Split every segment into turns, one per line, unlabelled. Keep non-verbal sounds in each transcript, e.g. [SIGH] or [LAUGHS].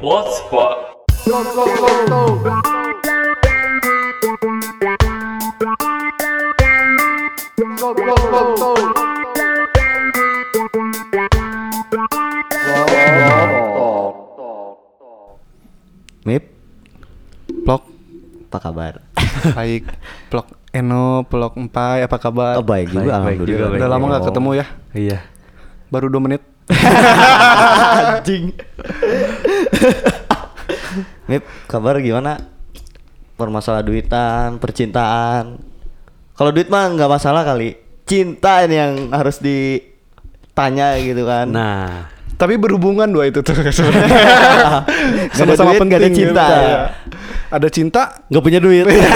What spot?
Mip, plok, apa kabar?
[LAUGHS]
Baik, Plok Eno, Plok Empai, apa kabar? Iya,
Oh, baik juga,
baik juga,
alhamdulillah.
baik
Udah lama nggak
Oh.
[LAUGHS]
ketemu ya?
Iya.
Baru 2 menit.
Anjing. [LAUGHS] Mip, kabar gimana? Permasalah duitan, percintaan. Kalau duit mah nggak masalah kali. Cinta ini yang harus ditanya gitu kan.
Nah,
Tapi berhubungan dua itu tuh [LAUGHS] sebenarnya.
[LAUGHS] Nggak ada duit, nggak ada cinta.
gitu ya. Ada cinta,
[LAUGHS] nggak punya
[LAUGHS]
duit.
Iya.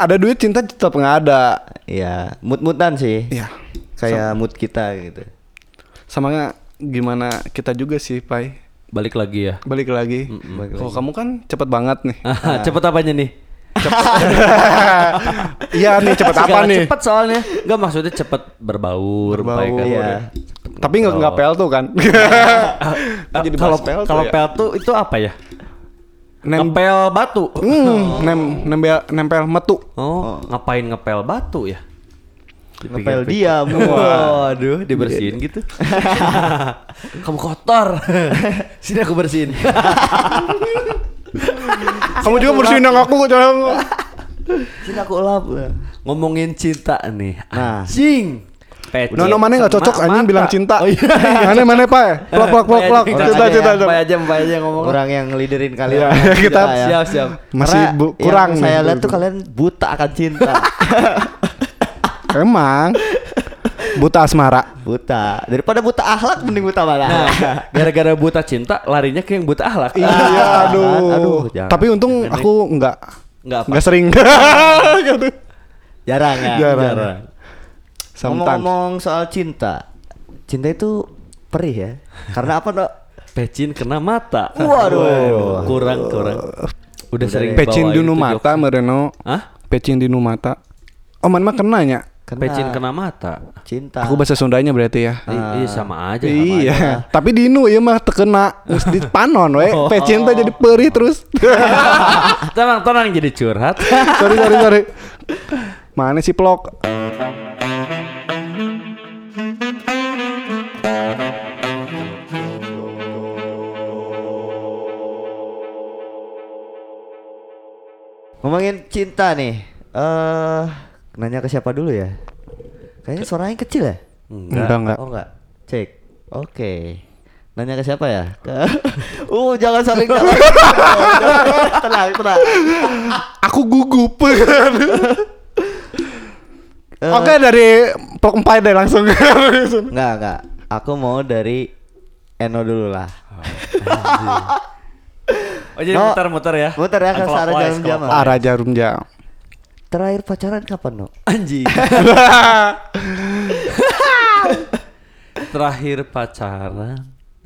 ada duit cinta tetap nggak ada.
Iya, mut-mutan sih.
Iya.
Kayak mood kita gitu.
Sama nggak gimana kita juga sih, Pai.
balik lagi ya.
Balik lagi.
balik Ah.
Kalau kamu kan cepet banget nih.
Ah, cepet apanya nih?
[LAUGHS] Iya nih
[LAUGHS]
cepet apa
Segala
nih?
Cepet soalnya. Enggak maksudnya cepet berbaur,
Berbaur,
baik kan?
iya.
Tapi nggak
Oh.
nggak pel tuh kan? [LAUGHS]
Ah,
Jadi
Kalau
bahas pel tuh
kalau
ya.
pel tuh itu apa ya?
Nem-
Ngepel batu.
Hmm, nem, nembel, nempel metu.
Oh, ngapain ngepel batu ya?
Ngepel dia.
Waduh, dibersihin
Iya.
gitu. [LAUGHS] Kamu kotor. [LAUGHS] Sini aku
[LAUGHS]
bersihin. Ah.
Kamu juga bersihin dong aku, jangan.
Cinta aku lap.
Ngomongin cinta nih.
Nah.
Anjing. Peci.
Nono mana Nah, nggak cocok,
Ma-
anjing bilang
Eh, mata. Oh, iya. Eh,
cinta. [LAUGHS] Mana mana pak? ya? Plak plak plak plak.
Mbak
Cinta
aja,
cinta.
ya, Mbak aja, Mbak aja ngomong.
Orang yang ngeliderin
Iya,
kalian. orang
kita
cinta ya.
Siap, siap.
Masih
Karena
bu- kurang
yang
nih.
saya lihat tuh kalian buta akan
[LAUGHS]
cinta.
Emang buta
Ah,
asmara.
buta. Daripada buta akhlak mending buta mana?
Nah, gara-gara buta cinta, larinya ke yang buta akhlak. Ah, kan?
Iya,
aduh,
aduh.
jangan.
Tapi untung aku nggak
Enggak apa.
nggak
[LAUGHS]
sering. Gitu.
[LAUGHS] jarang ya.
Jarang. Sometimes.
Ngomong-ngomong soal cinta. Cinta itu perih ya. Karena apa, Dok?
Pecin kena mata.
Waduh.
Kurang, kurang. Udah sering
Pecin
bawain
di nu
itu
mata,
jokes.
Mereno.
Hah?
Pecin di nu mata. Oh, man mah kenanya.
Kena.
Pecin kena mata. Ah.
cinta.
Aku bahasa Sundanya berarti ya.
I- Iya sama aja. sama aja.
Iya, tapi di nu ieu mah tekena Geus di panon we. Pecin teh jadi perih terus.
Ah, tenang, tenang jadi curhat.
sorry sorry sorry mana sih vlog
Ngomongin cinta nih. Eh, nanya ke siapa dulu ya? Kayaknya suaranya kecil ya?
enggak enggak
Oh enggak. Cek. Oke. Nanya ke siapa ya? Ke... [LAUGHS] uh, jangan saling
[LAUGHS]
jangan- jangan- tenang, tenang.
aku gugup oke dari vlog empat deh langsung
Enggak, enggak. Aku mau dari Eno dulu lah.
Oh jadi
No.
muter-muter ya.
Muter ya, ke
Clockwise,
arah jarum jam.
clockwise.
arah jarum jam
Terakhir pacaran kapan, No?
Anjing. Terakhir pacaran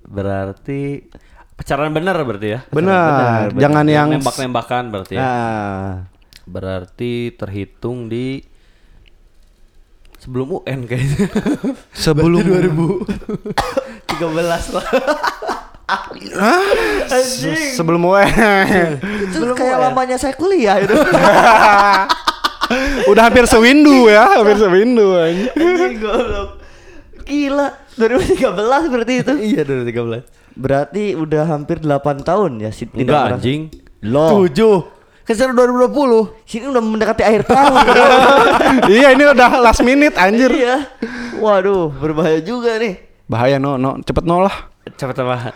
berarti pacaran benar berarti ya.
benar jangan yang
nembak-nembakan berarti ya.
Nah,
Berarti terhitung di sebelum UN [LAUGHS] kayaknya.
sebelum
13 lah.
se- sebelum gue
itu kayak
ya?
lamanya saya kuliah
[LAUGHS]
itu.
[LAUGHS] udah hampir sewindu ya hampir sewindu anjing.
[LAUGHS]
[LAUGHS]
Anjing, goblok. Gila, 2013 berarti itu.
iya 2013.
Berarti udah hampir 8 tahun ya si
Enggak
merasa-
anjing.
Loh,
7. Kan sekarang 2020.
sini udah mendekati akhir
[LAUGHS]
tahun.
iya ini udah last minute anjir
Iya. Waduh, berbahaya juga nih.
bahaya no no cepet no lah
Cepet apa?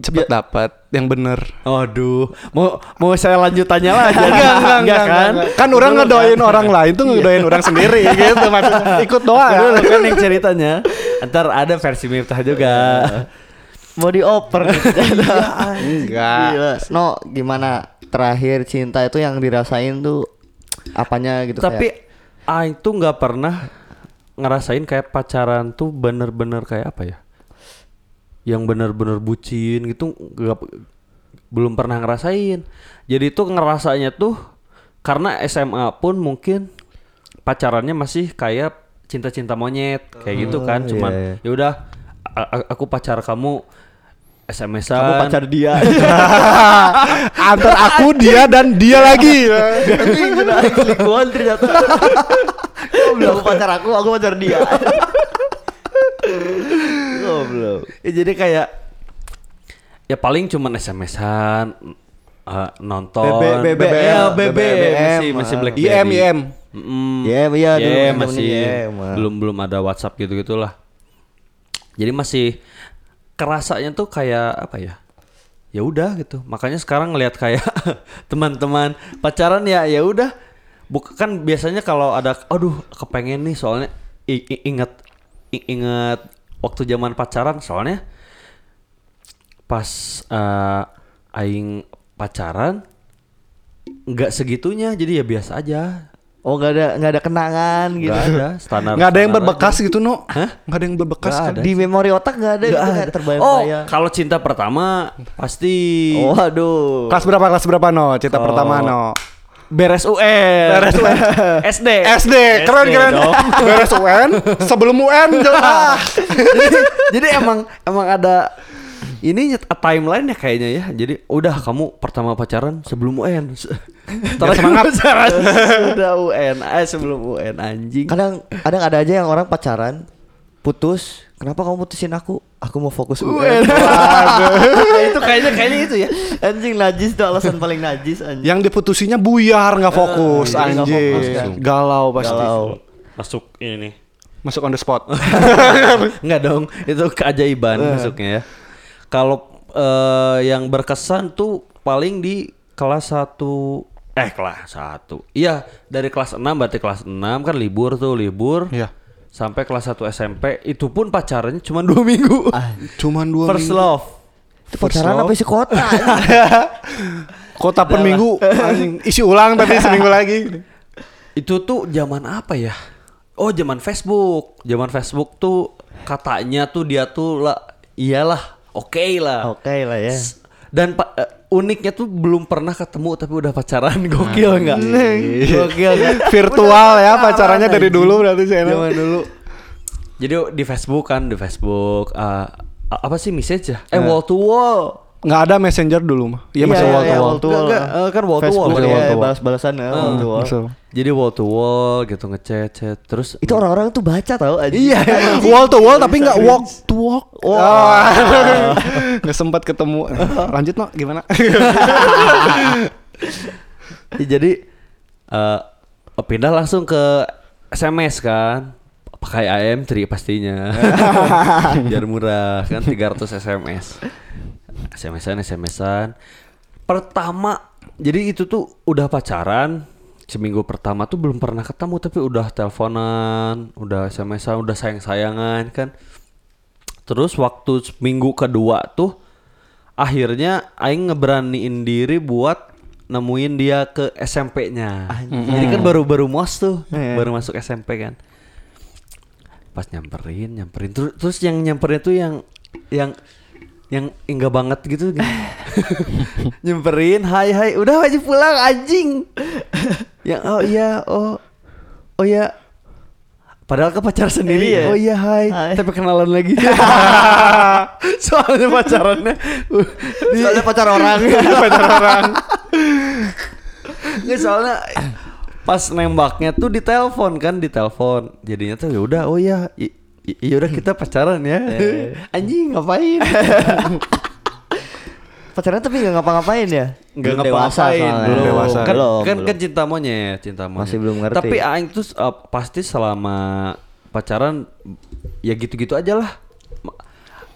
cepet dapat yang bener
Aduh, mau mau saya lanjutannya lagi
Ya, Enggak, enggak, enggak,
kan?
enggak. Kan orang ngedoain orang lain tuh ngedoain orang sendiri gitu maksudnya. Ikut doa.
Aduh, lu kan yang ceritanya. Ntar ada versi Miftah [LAUGHS] juga.
Mau dioper.
[LAUGHS] Iya, Enggak.
Gila. No, gimana terakhir cinta itu yang dirasain tuh apanya gitu
Tapi
kayak-
aing tuh nggak pernah ngerasain kayak pacaran tuh bener-bener kayak apa ya? Yang bener-bener bucin gitu nggak belum pernah ngerasain. Jadi tuh ngerasanya tuh karena SMA pun mungkin pacarannya masih kayak cinta-cinta monyet kayak gitu
iya,
kan cuman
iya.
ya udah a- a- aku pacar kamu SMS-an.
Kamu
eh,
pacar dia.
[LAUGHS] Antar aku dia dan dia lagi.
[LAUGHS]
Anjing, menarik selingkuhan [LAUGHS] ternyata. Kamu bilang aku pacar aku, aku pacar dia. Goblok.
Ya, jadi kayak ya paling cuman SMS-an eh, nonton
BB, BB,
ya,
BB,
BB, masih
BBM,
masih
ah.
Blackberry
IM IM.
Mm,
IM, iya, dulu
IM,
masih
masih
temennya IM, ah.
belum belum ada WhatsApp gitu gitulah jadi masih kerasanya tuh kayak apa ya ya udah gitu makanya sekarang ngelihat kayak [LAUGHS] teman-teman pacaran ya ya udah bukan biasanya kalau ada aduh kepengen nih soalnya i- i- inget i- inget waktu zaman pacaran soalnya pas eh, aing pacaran nggak segitunya jadi ya biasa aja
Oh nggak ada nggak ada kenangan gitu.
nggak ada standar
Nggak ada yang
standar aja.
berbekas gitu, No.
Hah?
Nggak ada yang berbekas
Nggak
kan?
ada.
Di memori otak nggak ada
Nggak
gitu nggak
ada. oh
terbayang-bayang.
kalau cinta pertama pasti
Oh, aduh.
Kelas berapa? Kelas berapa, No? Cerita pertama, No.
beres UN
Beres
[LAUGHS]
UN. [LAUGHS]
SD
SD, keren keren.
dong.
[LAUGHS] Beres UN, sebelum UN ah.
jadi, [LAUGHS] jadi emang emang ada ini timeline ya kayaknya ya jadi udah kamu pertama pacaran sebelum UN [LAUGHS] terus
[LAUGHS]
semangat.
pacaran sudah UN eh sebelum UN anjing
Kadang kadang ada aja yang orang pacaran putus. Kenapa kamu putusin aku? Aku mau fokus UN.
Nah, [LAUGHS] itu kayaknya kayaknya itu ya Iya,
anjing najis tuh alasan paling najis anjing.
Yang diputusinya buyar nggak fokus,
jadi nggak
anjing.
fokus, kan?
Galau pasti.
Galau.
masuk ini nih
Masuk on the spot.
Enggak dong, itu keajaiban
Nah.
masuknya ya. Kalau eh, yang berkesan tuh paling di kelas 1 eh kelas 1. Iya, dari kelas 6 berarti kelas 6 kan libur tuh, libur.
Iya.
Sampai kelas 1 SMP itu pun pacarnya cuma dua minggu.
Cuman Ah, dua
First
minggu.
love.
Itu pacaran
First
apa isi kota? ya?
[LAUGHS]
anjing?
Kota per minggu anjing. isi ulang tapi seminggu lagi.
Itu tuh zaman apa ya? Oh, zaman Facebook. Zaman Facebook tuh katanya tuh dia tuh lah iyalah, oke lah.
Oh.
Oke lah ya.
Dan pa- eh, uniknya tuh belum pernah ketemu tapi udah pacaran [LAUGHS] gokil nggak? Iya.
Gokil kan?
[LAUGHS] Virtual ya pacarannya dari dulu berarti sih. Eno.
Zaman dulu. Jadi di Facebook kan di Facebook eh, a- apa sih message ya? Eh wall to wall.
Nggak ada messenger dulu mah. Iya masih
iya,
wall to
iya,
wall.
wall to wall.
Nggak, nggak, eh, kan wall to wall,
Facebook,
kan wall to
iya,
wall.
balas-balasan ya, wall to wall.
[LAUGHS]
Masuk.
Jadi wall to wall gitu ngechat chat terus
Itu orang-orang tuh baca tau aja.
[LAUGHS] Iya.
[LAUGHS]
Wall to wall tapi nggak walk to walk. Ah. [LAUGHS] Nggak sempat ketemu. Lanjut no gimana?
Ya, [LAUGHS] jadi eh pindah langsung ke SMS kan pakai AM3 [LAUGHS] pastinya biar murah kan 300 SMS SMS-an SMS-an pertama jadi itu tuh udah pacaran seminggu pertama tuh belum pernah ketemu tapi udah teleponan udah SMS-an udah sayang-sayangan kan terus waktu minggu kedua tuh akhirnya aing ngeberaniin diri buat nemuin dia ke SMP-nya. Jadi kan baru-baru mos tuh,
Iya.
baru masuk SMP kan. Pas nyamperin, nyamperin terus terus yang nyamperin tuh yang yang yang enggak banget gitu [LAUGHS] nyamperin hai hai udah aja pulang anjing yang oh iya oh oh ya padahal ke pacar sendiri
Iya.
oh iya hai.
Hai.
tapi kenalan
[LAUGHS]
lagi [LAUGHS] soalnya pacarannya uh,
Soalnya pacar orang.
[LAUGHS]
Pacar orang.
Nggak, soalnya pas nembaknya tuh di telepon kan di telepon jadinya tuh ya udah oh ya i- i- ya udah kita pacaran ya
Eh.
anjing ngapain
Pacaran tapi nggak ngapa-ngapain ya?
Nggak
Belum dewasa
ngapain
soalnya.
belum
Dewasa.
kan
Belum,
kan,
belum.
kan cinta monyet cinta monyet
Masih belum ngerti.
tapi aing tuh uh, pasti selama pacaran ya gitu-gitu aja lah Ma-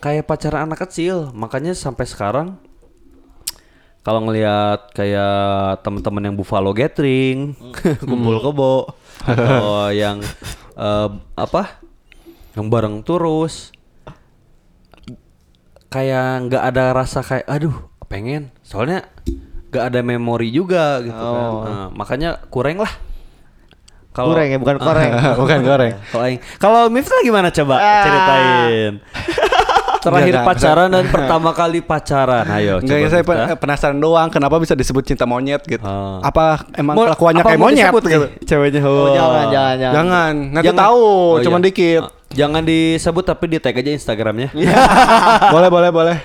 kayak pacaran anak kecil makanya sampai sekarang kalau ngelihat kayak teman-teman yang Buffalo Gathering, [LAUGHS] kumpul kebo, atau yang eh, apa, yang bareng terus, kayak nggak ada rasa kayak, aduh, pengen. Soalnya nggak ada memori juga gitu kan. Nah, makanya kurang lah.
Kurang ya, bukan
[LAUGHS]
koreng.
Bukan goreng.
Kalau Aing- kalau Miftah gimana coba
[LAUGHS]
ceritain? Terakhir
Nggak, nggak.
pacaran dan pertama kali pacaran, ayo.
Enggak,
coba
ya, saya
Miftah.
pe- penasaran doang kenapa bisa disebut cinta monyet gitu.
Ah.
Apa emang
Mau-
kelakuannya
apa
kayak
mau
monyet
disebut nih
gitu?
Ceweknya.
Oh, jangan, jangan, jangan.
Jangan, nanti
Jangan.
tahu,
Oh,
cuman
iya.
dikit. Iya,
[LAUGHS] Ah, Jangan disebut tapi di tag aja Instagramnya.
boleh, boleh, boleh.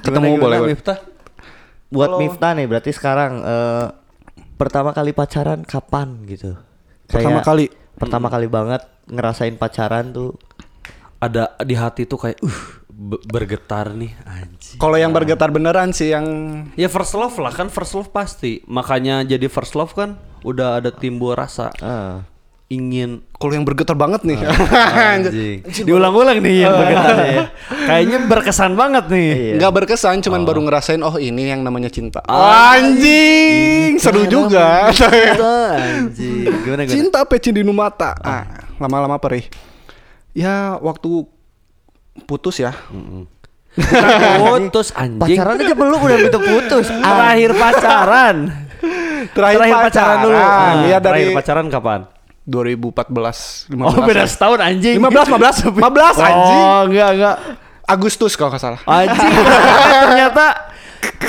Ketemu
Gimana,
boleh.
gimana,
boleh.
Miftah?
Buat
Kalau-
Miftah nih berarti sekarang eh, pertama kali pacaran kapan gitu?
Pertama
Kayak
kali.
Pertama kali banget ngerasain pacaran tuh.
Ada di hati tuh kayak uh be- bergetar nih anjing.
Kalau yang bergetar beneran sih yang
Ya first love lah kan first love pasti. Makanya jadi first love kan udah ada timbul rasa
Ah.
ingin
kalau yang bergetar banget nih.
Ah, anjing. Diulang-ulang nih yang bergetar ya. [LAUGHS] Kayaknya berkesan banget nih.
Iya.
[LAUGHS] Nggak berkesan,
Ah.
cuman baru ngerasain oh ini yang namanya cinta. Anjing, seru juga.
Anjing. Gimana gimana?
[LAUGHS] Cinta peci di mata. Ah, lama-lama perih. Ya waktu putus ya.
Hmm. Putus anjing.
Eh, Pacaran aja belum udah gitu putus.
Terakhir pacaran.
Terakhir pacaran. Iya,
Iya
dari-
Terakhir pacaran kapan?
2014 15.
Oh beda setahun anjing.
15 15 15 anjing.
Oh enggak enggak.
Agustus kalau nggak salah.
[LAUGHS]
Anjing. Ternyata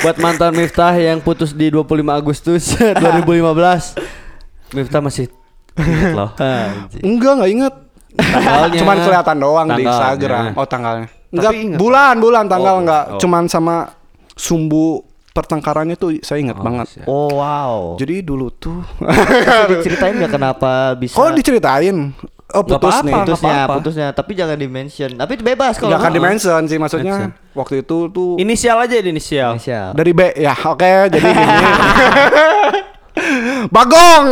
buat mantan Miftah yang putus di 25 Agustus [LAUGHS] 2015. Miftah masih ingat loh.
Enggak, nggak inget.
Tanggalnya.
Cuman kelihatan doang di
Tanggalnya.
Instagram. Oh tanggalnya. Enggak,
inget.
bulan, bulan tanggal
Oh,
enggak.
oh.
Cuman sama sumbu pertengkarannya tuh saya ingat
Oh,
banget.
siap.
Oh wow.
Jadi dulu tuh [LAUGHS]
Bisa diceritain nggak kenapa bisa?
Kok diceritain? Oh
Nggak
putus nih.
apa-apa.
putusnya,
apa-apa.
putusnya. Tapi jangan di mention. Tapi bebas kalau.
Enggak akan
mau.
dimention sih maksudnya. Waktu itu tuh
Inisial aja di inisial.
Inisial.
dari B ya. Oke, jadi gini. [LAUGHS] Bagong.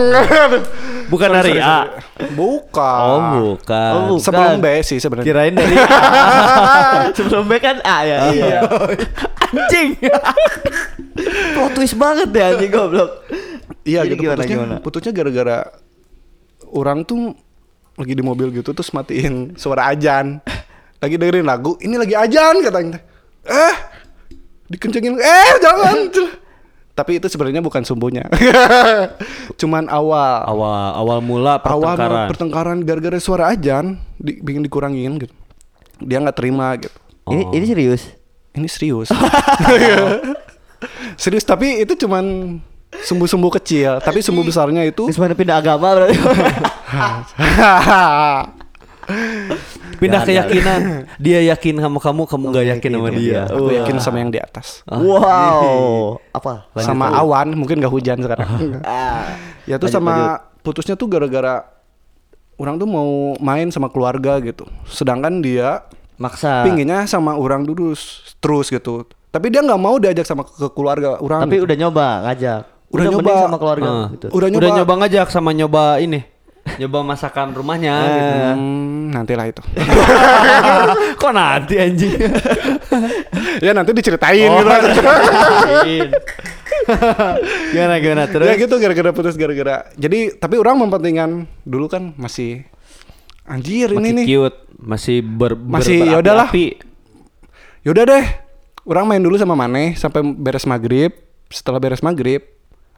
[LAUGHS]
Bukan dari A.
Bukan.
Oh, bukan.
Oh, bukan.
Sebelum B sih sebenarnya.
Kirain
[LAUGHS]
dari A. Sebelum B kan A ya. Iya. [LAUGHS] anjing. Plot twist banget deh anjing goblok.
Iya
Jadi
gitu
gimana,
putusnya,
gimana?
putusnya gara-gara orang tuh lagi di mobil gitu terus matiin suara ajan. Lagi dengerin lagu, ini lagi ajan katanya. Eh, dikencengin. Eh,
[LAUGHS]
jangan. Tapi itu sebenarnya bukan sumbunya. [LAUGHS] Cuman awal.
Awal awal mula
Awal
pertengkaran.
pertengkaran gara-gara suara ajan di, bikin dikurangin gitu. Dia nggak terima gitu.
Ini ini serius.
Ini
[LAUGHS]
serius. serius tapi itu cuman sumbu-sumbu kecil, tapi sumbu besarnya itu
Terus mana pindah agama
[LAUGHS]
berarti. [LAUGHS]
Pindah
Jangan,
keyakinan. Dia yakin sama kamu, kamu nggak yakin sama dia.
Aku yakin sama yang di atas.
wow. Apa? Lanjut
Iya. sama
dulu.
awan, mungkin gak hujan
[LAUGHS]
[LAUGHS] sekarang.
Ah.
ya tuh
Lanjut,
sama
lanjut.
putusnya tuh gara-gara orang tuh mau main sama keluarga gitu. Sedangkan dia
maksa.
pinginnya sama orang dulu s- terus gitu. Tapi dia nggak mau diajak sama ke keluarga orang.
Tapi
gitu.
udah nyoba ngajak.
Udah nyoba.
mending sama keluarga
Ah.
gitu.
Udah nyoba.
Udah nyoba ngajak sama nyoba ini. Nyoba masakan rumahnya
Eh.
gitu.
ya.
Hmm, nantilah
[LAUGHS]
itu.
Kok nanti anjing?
[LAUGHS] ya nanti diceritain
Oh.
Oh.
gitu.
[LAUGHS]
[LAUGHS] Gimana gimana terus?
ya gitu gara-gara putus gara-gara. Jadi tapi orang mempentingkan dulu kan masih anjir ini
masih
nih.
cute, masih ber, ber-
Masih,
berapi-api.
yaudahlah. Yaudah deh, orang main dulu sama Maneh sampai beres maghrib. Setelah beres maghrib,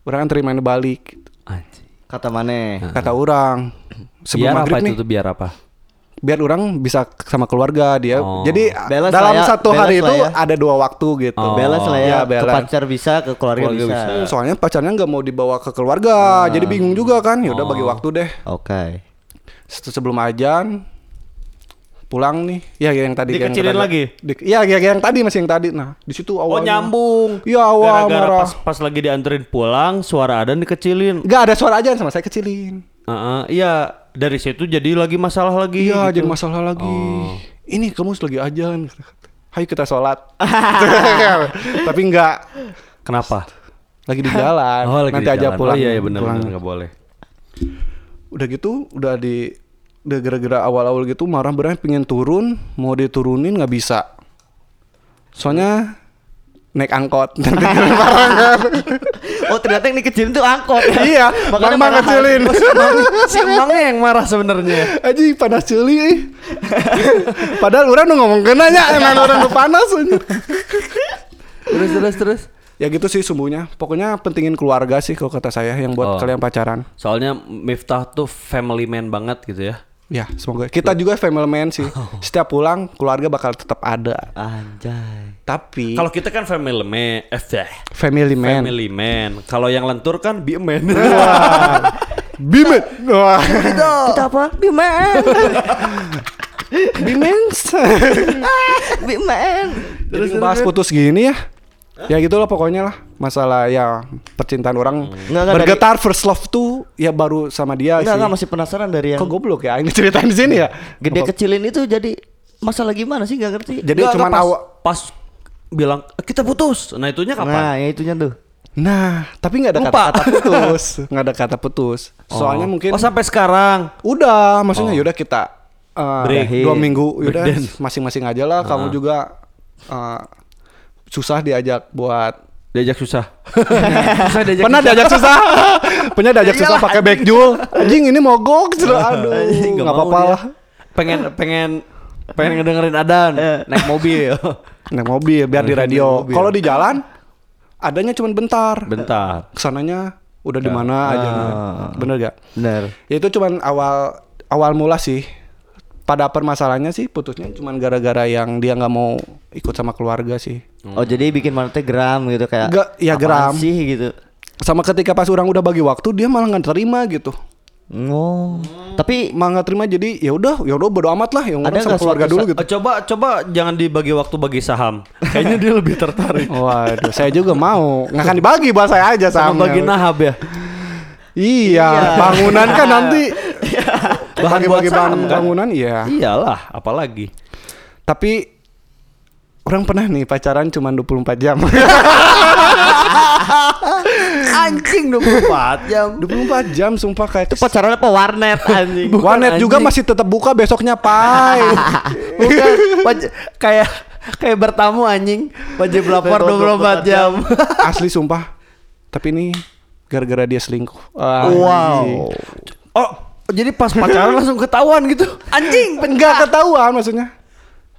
orang antri Maneh balik.
Anjing.
Kata mana?
Kata orang, sebelum
biar apa
maghrib
itu
nih,
tuh biar apa?
biar orang bisa k- sama keluarga dia.
Oh.
Jadi
Balance
dalam
lah ya,
satu
balance
hari itu
lah ya.
ada dua waktu gitu.
Oh.
Balance lah ya,
Ya,
ke
balance.
pacar bisa, ke keluarga,
Keluarga
bisa.
bisa. Ah.
Soalnya pacarnya nggak mau dibawa ke keluarga, jadi bingung juga kan. Yaudah bagi
Oh.
waktu deh.
Oke.
Se- Sebelum ajan, pulang nih. Ya yang tadi. yang tadi.
Dikecilin lagi?
Di- Iya ya, yang tadi masih yang tadi. Nah di situ awalnya.
Oh nyambung.
Iya awal
Gara-gara
marah.
pas, pas lagi dianterin pulang, suara adan dikecilin.
Nggak ada suara ajan sama saya kecilin.
Heeh, iya, dari situ jadi lagi masalah
Iya,
lagi. gitu. Oh.
jadi masalah lagi. Ini kamu lagi ajan. Ayo kita
[LAUGHS]
sholat. Tapi enggak
Kenapa?
lagi di jalan.
Oh, lagi
Nanti
di
aja
jalan.
pulang.
Oh, iya, iya benar
pulang.
benar enggak
[LAUGHS]
boleh.
Udah gitu, udah di udah gara-gara awal-awal gitu marah berani pengen turun, mau diturunin nggak bisa. Soalnya naik angkot.
[LAUGHS]
kan
Oh ternyata yang dikecilin tuh angkot.
iya,
Makanya
mama
marahan.
[LAUGHS]
ngecilin.
si emangnya yang marah sebenarnya.
Aji panas celi. ih. Padahal orang udah ngomong kenanya, emang orang udah panas. anjir.
Terus terus terus.
Ya gitu sih sumbunya. Pokoknya pentingin keluarga sih kalau kata saya yang buat
Oh.
kalian pacaran.
Soalnya Miftah tuh family man banget gitu ya.
Ya, semoga kita juga family man sih.
Oh.
Setiap pulang keluarga bakal tetap ada.
Anjay.
Tapi
Kalau kita kan family man, eh eh,
family man. Iya.
family man. Kalau yang lentur kan be a man.
[LAUGHS] Bimet. Wah. [LAUGHS]
Kita apa? Biman.
Bimens.
Bimen.
Terus bahas putus gini ya. Ya gitulah pokoknya lah masalah ya percintaan orang
Nggak, nggak,
bergetar first love tuh ya baru sama dia
Enggak,
sih.
enggak masih penasaran dari yang
Kok goblok ya ini ceritain di sini ya?
gede kecilin itu jadi masalah gimana sih nggak ngerti.
Jadi
Nggak,
cuman
nggak, [LAUGHS] pas-
awal
pas bilang "Eh, kita putus. Nah itunya kapan?
Nah, ya itunya tuh.
Nah, tapi nggak ada
Lupa.
kata-kata putus, nggak ada kata putus. Soalnya
Oh.
mungkin
Oh sampai sekarang.
udah, maksudnya yaudah kita eh,
Break.
dua minggu, yaudah
Break dance.
masing-masing aja lah. Kamu juga eh, susah diajak buat [LAUGHS]
Diajak susah. susah diajak
pernah diajak susah pernah diajak susah
Iyalah,
pakai back jewel anjing ini mogok Cera. aduh
Anjing,
nggak
nggak mau
apa-apa
dia.
lah
pengen pengen pengen ngedengerin Adan
Eh.
naik mobil.
[LAUGHS] naik mobil biar di radio
mobil.
kalau di jalan adanya cuma bentar
Bentar.
kesananya udah di mana aja bener gak
Bener.
ya itu cuman awal awal mula sih pada permasalahannya sih putusnya cuman gara-gara yang dia nggak mau ikut sama keluarga sih
Oh, jadi bikin manutnya geram gitu kayak.
Nggak, ya
apaan
geram.
sih gitu.
sama ketika pas orang udah bagi waktu dia malah nggak terima gitu
Oh. Tapi
malah nggak terima jadi ya udah ya udah bodo amat lah
Ada
yang orang sama
nggak
keluarga
suatu
dulu
saat-
gitu
Eh, coba coba jangan dibagi waktu bagi saham. Kayaknya dia lebih tertarik.
Waduh, saya juga mau. Nggak akan dibagi buat saya aja
Sama
sama.
bagi nahab ya.
Iya, bangunan kan nanti
Iya. Bahan buat
bagi-bagi bahan
saham kan?
bangunan iya.
Iyalah, apalagi.
Tapi orang pernah nih pacaran cuma 24
[LAUGHS]
jam.
Anjing 24 jam.
24 jam sumpah kayak
itu pacaran apa warnet anjing?
Wanet
anjing.
juga masih tetap buka besoknya,
[LAUGHS]
Pai.
Bukan waj- kayak kayak bertamu anjing wajib lapor 24 jam.
Asli sumpah. Tapi ini gara-gara dia selingkuh. Ah, anjing.
wow. Oh, jadi pas pacaran langsung ketahuan gitu. Anjing,
Nggak ketahuan maksudnya.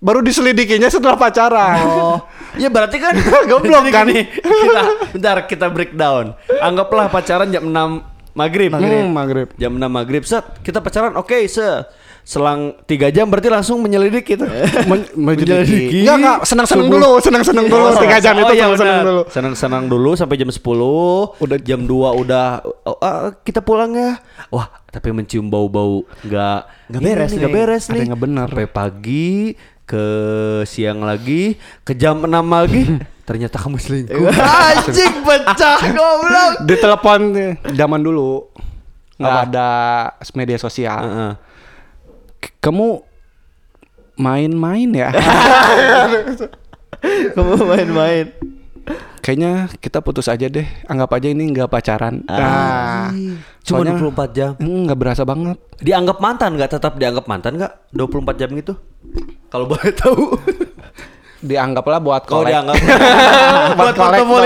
Baru diselidikinya setelah pacaran.
Oh, ya berarti [LAUGHS] kan
Goblok
Jadi
kan?
gini, kita bentar kita breakdown. Anggaplah pacaran jam 6 maghrib.
Hmm, maghrib.
Jam 6 maghrib set kita pacaran. Oke, se selang 3 jam berarti langsung menyelidik gitu. [LAUGHS]
[LAUGHS] Men
Menyelidiki.
menyelidiki. Enggak, enggak, senang-senang
Subuh.
dulu, Oh, senang-senang dulu.
Oh,
Tiga jam itu
iya,
senang-senang dulu.
Senang-senang dulu sampai jam 10. Udah
Udah-
jam 2 udah oh, ah, kita pulang ya. Wah, tapi mencium bau-bau enggak
Nggak beres
enggak
nih.
beres
Ada
nih.
yang nggak benar.
Sampai pagi ke siang lagi, ke jam
[LAUGHS]
6 lagi ternyata kamu selingkuh. Anjing pecah [LAUGHS] goblok.
Di telepon iya. zaman dulu nggak ada media sosial.
Heeh.
K- Kamu main-main
[LAUGHS]
ya? [LAUGHS]
Kamu main-main.
[LAUGHS] Kayaknya kita putus aja deh. Anggap aja ini nggak pacaran. Nah,
Cuma
soalnya-
24 jam.
Hmm, nggak berasa banget.
Dianggap mantan nggak? Tetap dianggap mantan nggak? 24 jam gitu? Kalau boleh [LAUGHS] tahu.
Dianggaplah buat
Kau
kolek.
Oh, [LAUGHS] dianggap
[LAUGHS] Buat kolektor.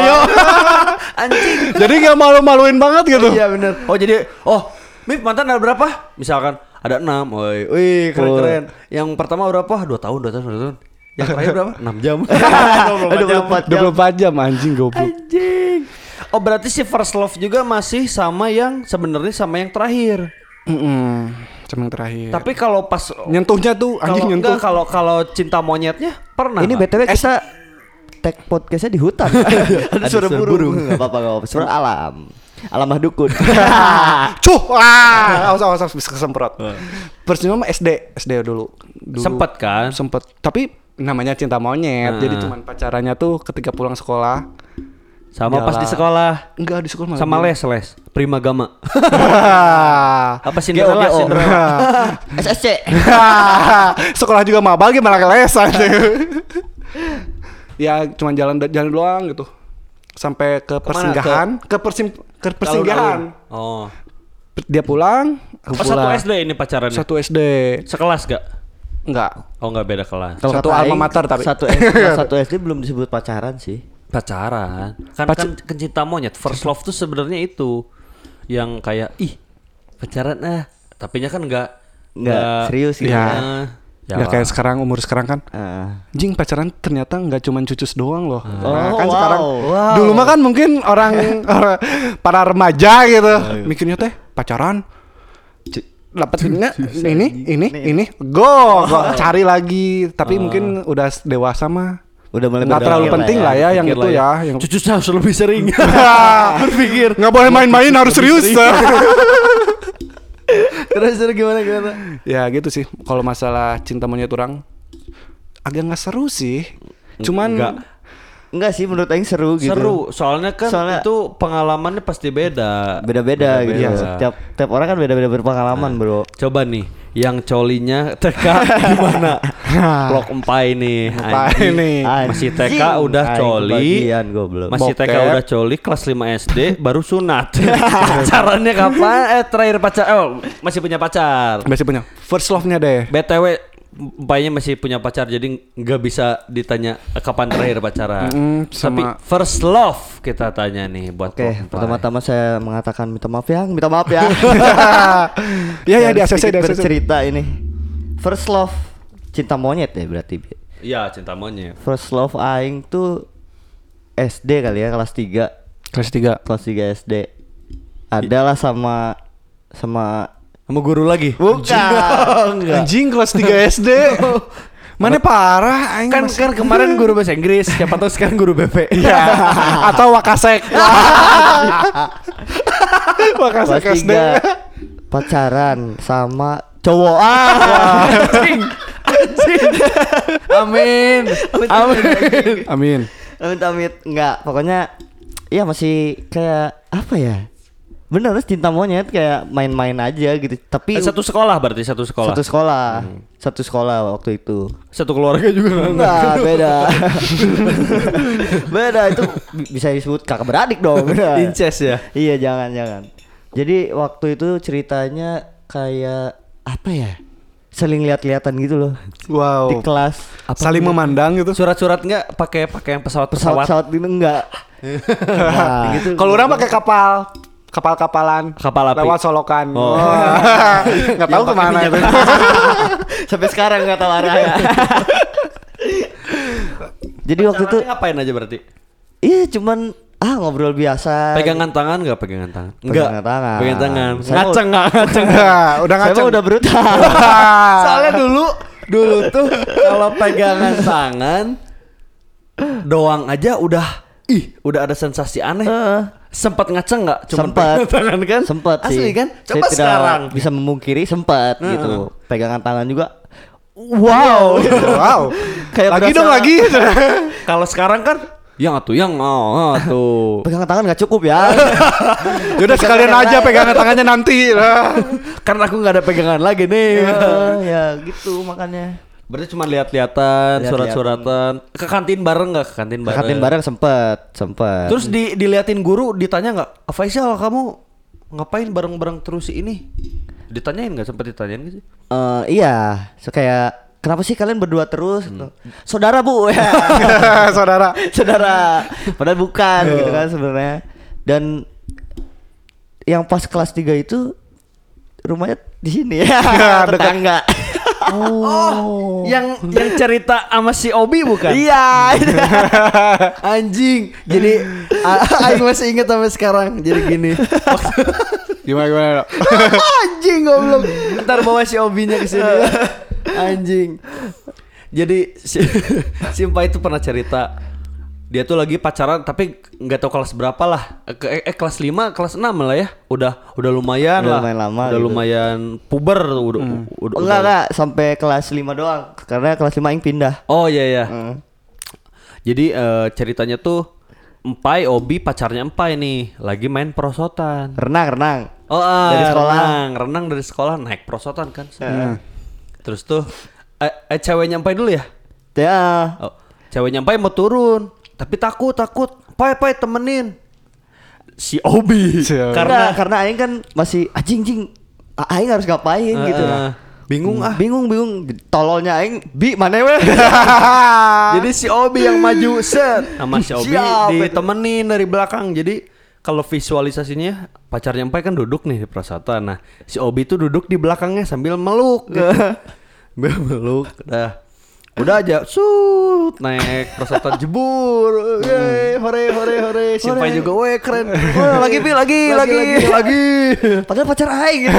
Anjing.
Jadi nggak malu-maluin banget gitu.
Iya bener. Oh jadi, oh, Mif mantan ada berapa? Misalkan ada enam, woi, wih keren keren. Yang pertama berapa? Dua tahun, dua tahun, dua tahun. Yang terakhir berapa? [LAUGHS] Enam jam.
[LAUGHS] 24 jam.
24 jam anjing goblok.
Anjing. Oh berarti si first love juga masih sama yang sebenarnya sama yang terakhir.
Mm-mm. Sama yang terakhir.
Tapi kalau pas
nyentuhnya tuh anjing
kalau enggak
nyentuh.
kalau kalau cinta monyetnya pernah.
Ini
nggak?
BTW kita tag podcastnya di
[LAUGHS]
hutan. Ada suara burung. Enggak apa-apa, nggak apa-apa. Suara alam. Alam [LAUGHS] dukun.
Cuh, ah, awas awas awas bisa kesemprot. Percuma mah SD, SD dulu. dulu.
Ah. Sempet kan?
Sempet. Tapi namanya cinta monyet,
Nah.
jadi cuman pacarannya tuh ketika pulang sekolah.
Sama pas di
Jalan.
sekolah.
Enggak di sekolah malah
Sama
dulu. [LAUGHS]
les les. Prima gama. [LAUGHS] Apa Cinderella?
Cinderella,
Cinderella.
SSC.
[LAUGHS] sekolah juga mabal gimana ke les [LAUGHS] anjing. ya cuman jalan jalan doang gitu. Sampai ke persinggahan, ke, persim ke persinggahan.
[LAUGHS] Oh.
Dia pulang, aku
Oh, satu
pulang.
SD ini pacarannya.
Satu SD.
Sekelas gak?
Enggak.
Oh nggak beda kelas.
Kalau
Satu
kata
alma
Aing,
mater tapi
satu
satu
S- [LAUGHS]
satu SD belum disebut pacaran sih.
Pacaran. Kan
Pac-
kan kan cinta monyet. First love tuh sebenarnya itu yang kayak ih pacaran ah. Tapinya kan nggak
Nggak serius gitu.
Iya.
Nah,
Ya, kayak sekarang umur sekarang kan
Ah.
Jing pacaran ternyata nggak cuman cucus doang loh. Nah,
Oh,
kan
wow.
sekarang
Wow.
dulu mah kan mungkin orang,
[LAUGHS]
orang- para remaja gitu mikirnya teh pacaran C-
[LAUGHS]
dapetinnya ini ini ini go,
Oh.
go cari lagi tapi mungkin udah dewasa mah
Udah mulai
nggak
berpikir
terlalu
lah
penting
ya,
lah ya yang
Pikir
itu
lah
ya yang
Cucu saya harus lebih
[LAUGHS]
sering.
Iya.
berpikir nggak boleh main-main harus serius
terus terus gimana gimana
[LAUGHS] ya gitu sih kalau masalah cinta monyet orang agak nggak seru sih cuman
Nggak.
enggak sih menurut Aing seru gitu
Seru, soalnya kan
Soalnya-
itu pengalamannya pasti beda.
beda-beda gitu
Beda-beda.
Iya.
setiap setiap orang kan beda-beda berpengalaman bro
Coba nih, yang colinya TK
[LAUGHS]
gimana? Blok 4 nih.
Empai
anjing.
nih.
Masih TK
Anjing.
udah
Aing
coli.
kebagian, goblok.
Masih
Bokep.
TK udah coli kelas 5 SD baru
[LAUGHS]
sunat. Pacarannya kapan? Eh terakhir pacar oh, masih punya pacar.
masih punya first love-nya deh
BTW empainya masih punya pacar jadi nggak bisa ditanya eh, kapan terakhir pacaran.
Mm,
Tapi
sama-
first love kita tanya nih buat
Oke,
Bokep.
pertama-tama saya mengatakan minta maaf ya, minta maaf ya.
ya ya di
Harus
ACC di
sedikit
ACC
bercerita ini. First love cinta monyet ya berarti. Bi.
Iya, cinta monyet.
First love aing tuh SD kali ya kelas 3,
kelas 3
kelas 3 SD. Adalah sama sama
Sama guru lagi.
[LAUGHS]
Oh,
bukan.
anjing kelas
[LAUGHS]
3 SD mana parah anjing
kan
masih-
kan kemarin
[LAUGHS]
guru bahasa Inggris siapa tahu sekarang guru
[LAUGHS]
BP
Iya.
ya atau
[LAUGHS]
wakasek wakasek
kelas
SD
3 pacaran sama cowok. Ah,
anjing anjing amin amin
amin
amit amit enggak, pokoknya ya masih kayak apa ya? Bener cinta monyet kayak main-main aja gitu. Tapi
Eh, satu sekolah berarti satu sekolah Hmm.
Satu
satu,
sekolah. Satu sekolah waktu itu.
[LAUGHS] keluarga juga
Nah, beda. [LAUGHS] beda itu bi- bisa disebut kakak beradik dong. benar.
Inces ya
Iya, jangan jangan. Jadi waktu itu ceritanya kayak apa ya? Saling lihat-lihatan gitu loh
wow
Oh.
di kelas.
saling memandang gitu
surat-surat nggak pakai pakai yang pesawat pesawat
Pesawat-pesawat itu
[LAUGHS]
enggak. Nah, gitu.
Ah. Kalau orang pakai kapal, kapal-kapalan,
Kapal api.
lewat solokan.
[LAUGHS] Oh.
Wah. Nggak tahu kemana itu. [LAUGHS]
[LAUGHS] Sampai sekarang enggak tahu arahnya. [LAUGHS] Jadi waktu itu
ngapain aja berarti
iya cuman ah ngobrol biasa.
pegangan tangan nggak pegangan tangan Nggak.
Pegangan tangan.
pegangan tangan
Saya-
ngaceng nggak ngaceng
[LAUGHS]
Nah, udah
Saya
Ah. ngaco.
mah udah
[LAUGHS]
brutal.
Soalnya dulu dulu tuh kalau pegangan tangan doang aja udah ih udah ada sensasi aneh.
Eh,
Sempat ngaceng nggak? Cuman
sempat
pegangan tangan kan?
sempat sih
Asli kan?
Saya
Coba
tidak
sekarang.
bisa memungkiri sempat gitu pegangan tangan juga [LAUGHS] Gitu.
Wow.
wow.
Kayak
lagi
berasa-
dong lagi.
[LAUGHS] kalau sekarang kan yang atuh yang oh, atuh.
pegangan tangan nggak cukup [LAUGHS] ya
Yaudah Ya sekalian
tangan
aja
lain.
gitu.
pegangan tangannya nanti.
[LAUGHS]
Lah.
Karena aku nggak ada pegangan lagi nih. [LAUGHS]
ya, ya gitu makanya
Berarti cuma
Lihat-lihatan.
lihat-lihatan, surat-suratan. Ke kantin bareng nggak? Ke kantin bareng.
Katin bareng sempet sempet
Terus di, diliatin guru ditanya nggak, "Ah, Faisal kamu ngapain bareng-bareng terus si ini? Ditanyain nggak sempet ditanyain gitu? sih?
Eh, iya so, kayak kenapa sih kalian berdua terus gitu? saudara bu [LAUGHS] ya
Saudara.
saudara padahal bukan gitu kan sebenarnya dan yang pas kelas 3 itu rumahnya di sini ya
dekat.
tetangga [LAUGHS]
Oh, yang yang cerita sama si Obi [LAUGHS] bukan?
iya itu.
Anjing. Jadi a- [LAUGHS] aing masih inget sampai sekarang. Jadi gini.
Gimana gimana? Dok?
[LAUGHS] Anjing goblok. Ntar bawa si Obinya ke sini. [LAUGHS] Anjing. Jadi si, [LAUGHS] si Empa itu pernah cerita dia tuh lagi pacaran tapi nggak tahu kelas berapa lah. Eh, eh, kelas 5, kelas 6 lah ya. Udah udah lumayan
Udah
lah.
lumayan lama
udah
gitu.
lumayan puber tuh, udah, udah-
enggak
udah-
enggak sampai kelas 5 doang karena kelas 5 yang pindah
Oh iya ya.
Hmm.
Jadi eh, ceritanya tuh Empai Obi pacarnya Empai nih lagi main perosotan.
renang renang
Oh, ah,
Dari sekolah. Ya.
renang, renang dari sekolah naik perosotan kan.
Hmm.
Terus tuh eh, eh, ceweknya Empai dulu ya.
ya
Oh, ceweknya Empai mau turun, tapi takut takut. Pai Pai temenin. Si Obi.
Si Obi.
karena
Karena
karena aing kan masih anjing jing A- aing harus ngapain gitu
Eh,
lah.
bingung ah.
bingung bingung tololnya aing bi mana
[LAUGHS]
weh
Jadi si Obi yang maju set sama si Obi
Siap, itu.
ditemenin dari belakang. Jadi kalau visualisasinya pacarnya Empai kan duduk nih di prasatan. Nah, si Obi itu duduk di belakangnya sambil [LAUGHS] meluk gitu. Sambil meluk. Dah. Udah aja sut naik prasatan jebur. [LAUGHS] Yeay, hore hore hore. Si Empai juga weh keren. Wah, lagi Bi, lagi lagi lagi.
padahal pacar
[LAUGHS]
aing gitu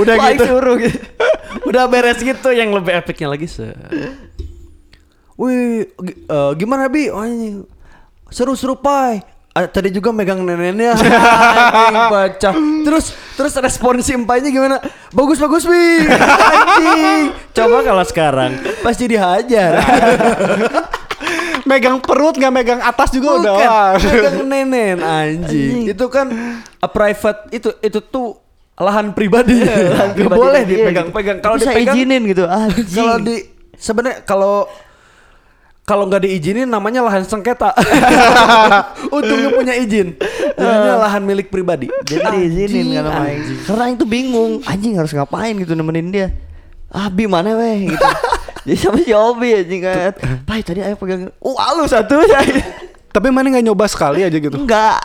Udah
Wah, aing
gitu.
suruh gitu
[LAUGHS] Udah beres gitu yang lebih epicnya lagi set. Wih, gi- eh, gimana Bi? Oh, ini [LAUGHS] seru-seru pai. Ah, tadi juga megang neneknya. Anjing, Bocah. Terus Terus respon si empanya gimana? Bagus bagus bi. Anjing. Coba kalau sekarang pasti dihajar.
megang perut nggak megang atas juga udah
Bukan.
wah.
[LAUGHS] Megang nenen Nah, anjing. Itu kan a private itu itu tuh lahan pribadi. Iya, Lahan
Pribadi
Nggak boleh
dia
dipegang-pegang.
gitu.
Kalau
Tapi saya
dipegang
izinin gitu.
[LAUGHS]
Anjing.
kalau di sebenarnya kalau kalau nggak diizinin namanya lahan sengketa. [LAUGHS] Untungnya punya izin.
Eh.
Jadinya lahan milik pribadi.
jadi
[LAUGHS]
diizinin kalau main. ah." Karena yang tuh bingung, anjing harus ngapain gitu nemenin dia. Ah, Bi mana weh
[LAUGHS]
gitu. Jadi sama si Obi anjing kan. Pai tadi ayo pegang. Oh, alus [LAUGHS] satu
Tapi mana nggak nyoba sekali aja gitu.
[LAUGHS]
Enggak.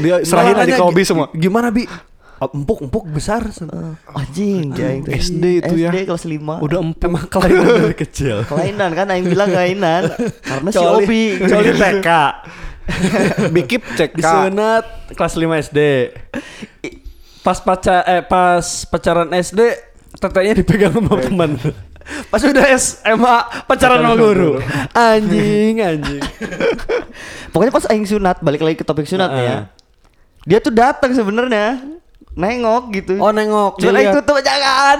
Dia serahin
Malah
aja ke
nanya, gitu.
hobi
"Gi- [LAUGHS]
semua.
Gimana bi? Empuk empuk besar.
Eh, Anjing, dia yang tadi.
SD itu ya.
SD kelas 5.
Udah empuk.
Emang kelainan dari kecil.
kelainan kan aing bilang
[LAUGHS]
kelainan karena si
Coli- [LAUGHS]
Obi.
Coli TK.
Bikip cek Kak.
Disunat kelas 5 SD. I- Pas pacar eh pas pacaran SD tetenya dipegang sama teman. Eh. Pas udah SMA pacaran sama guru. Anjing, anjing.
Pokoknya pas aing sunat, balik lagi ke topik sunat nih ya.
Heeh.
Dia tuh datang sebenarnya nengok gitu.
Oh, nengok.
Cuman aing
Dilihat.
tutup jangan.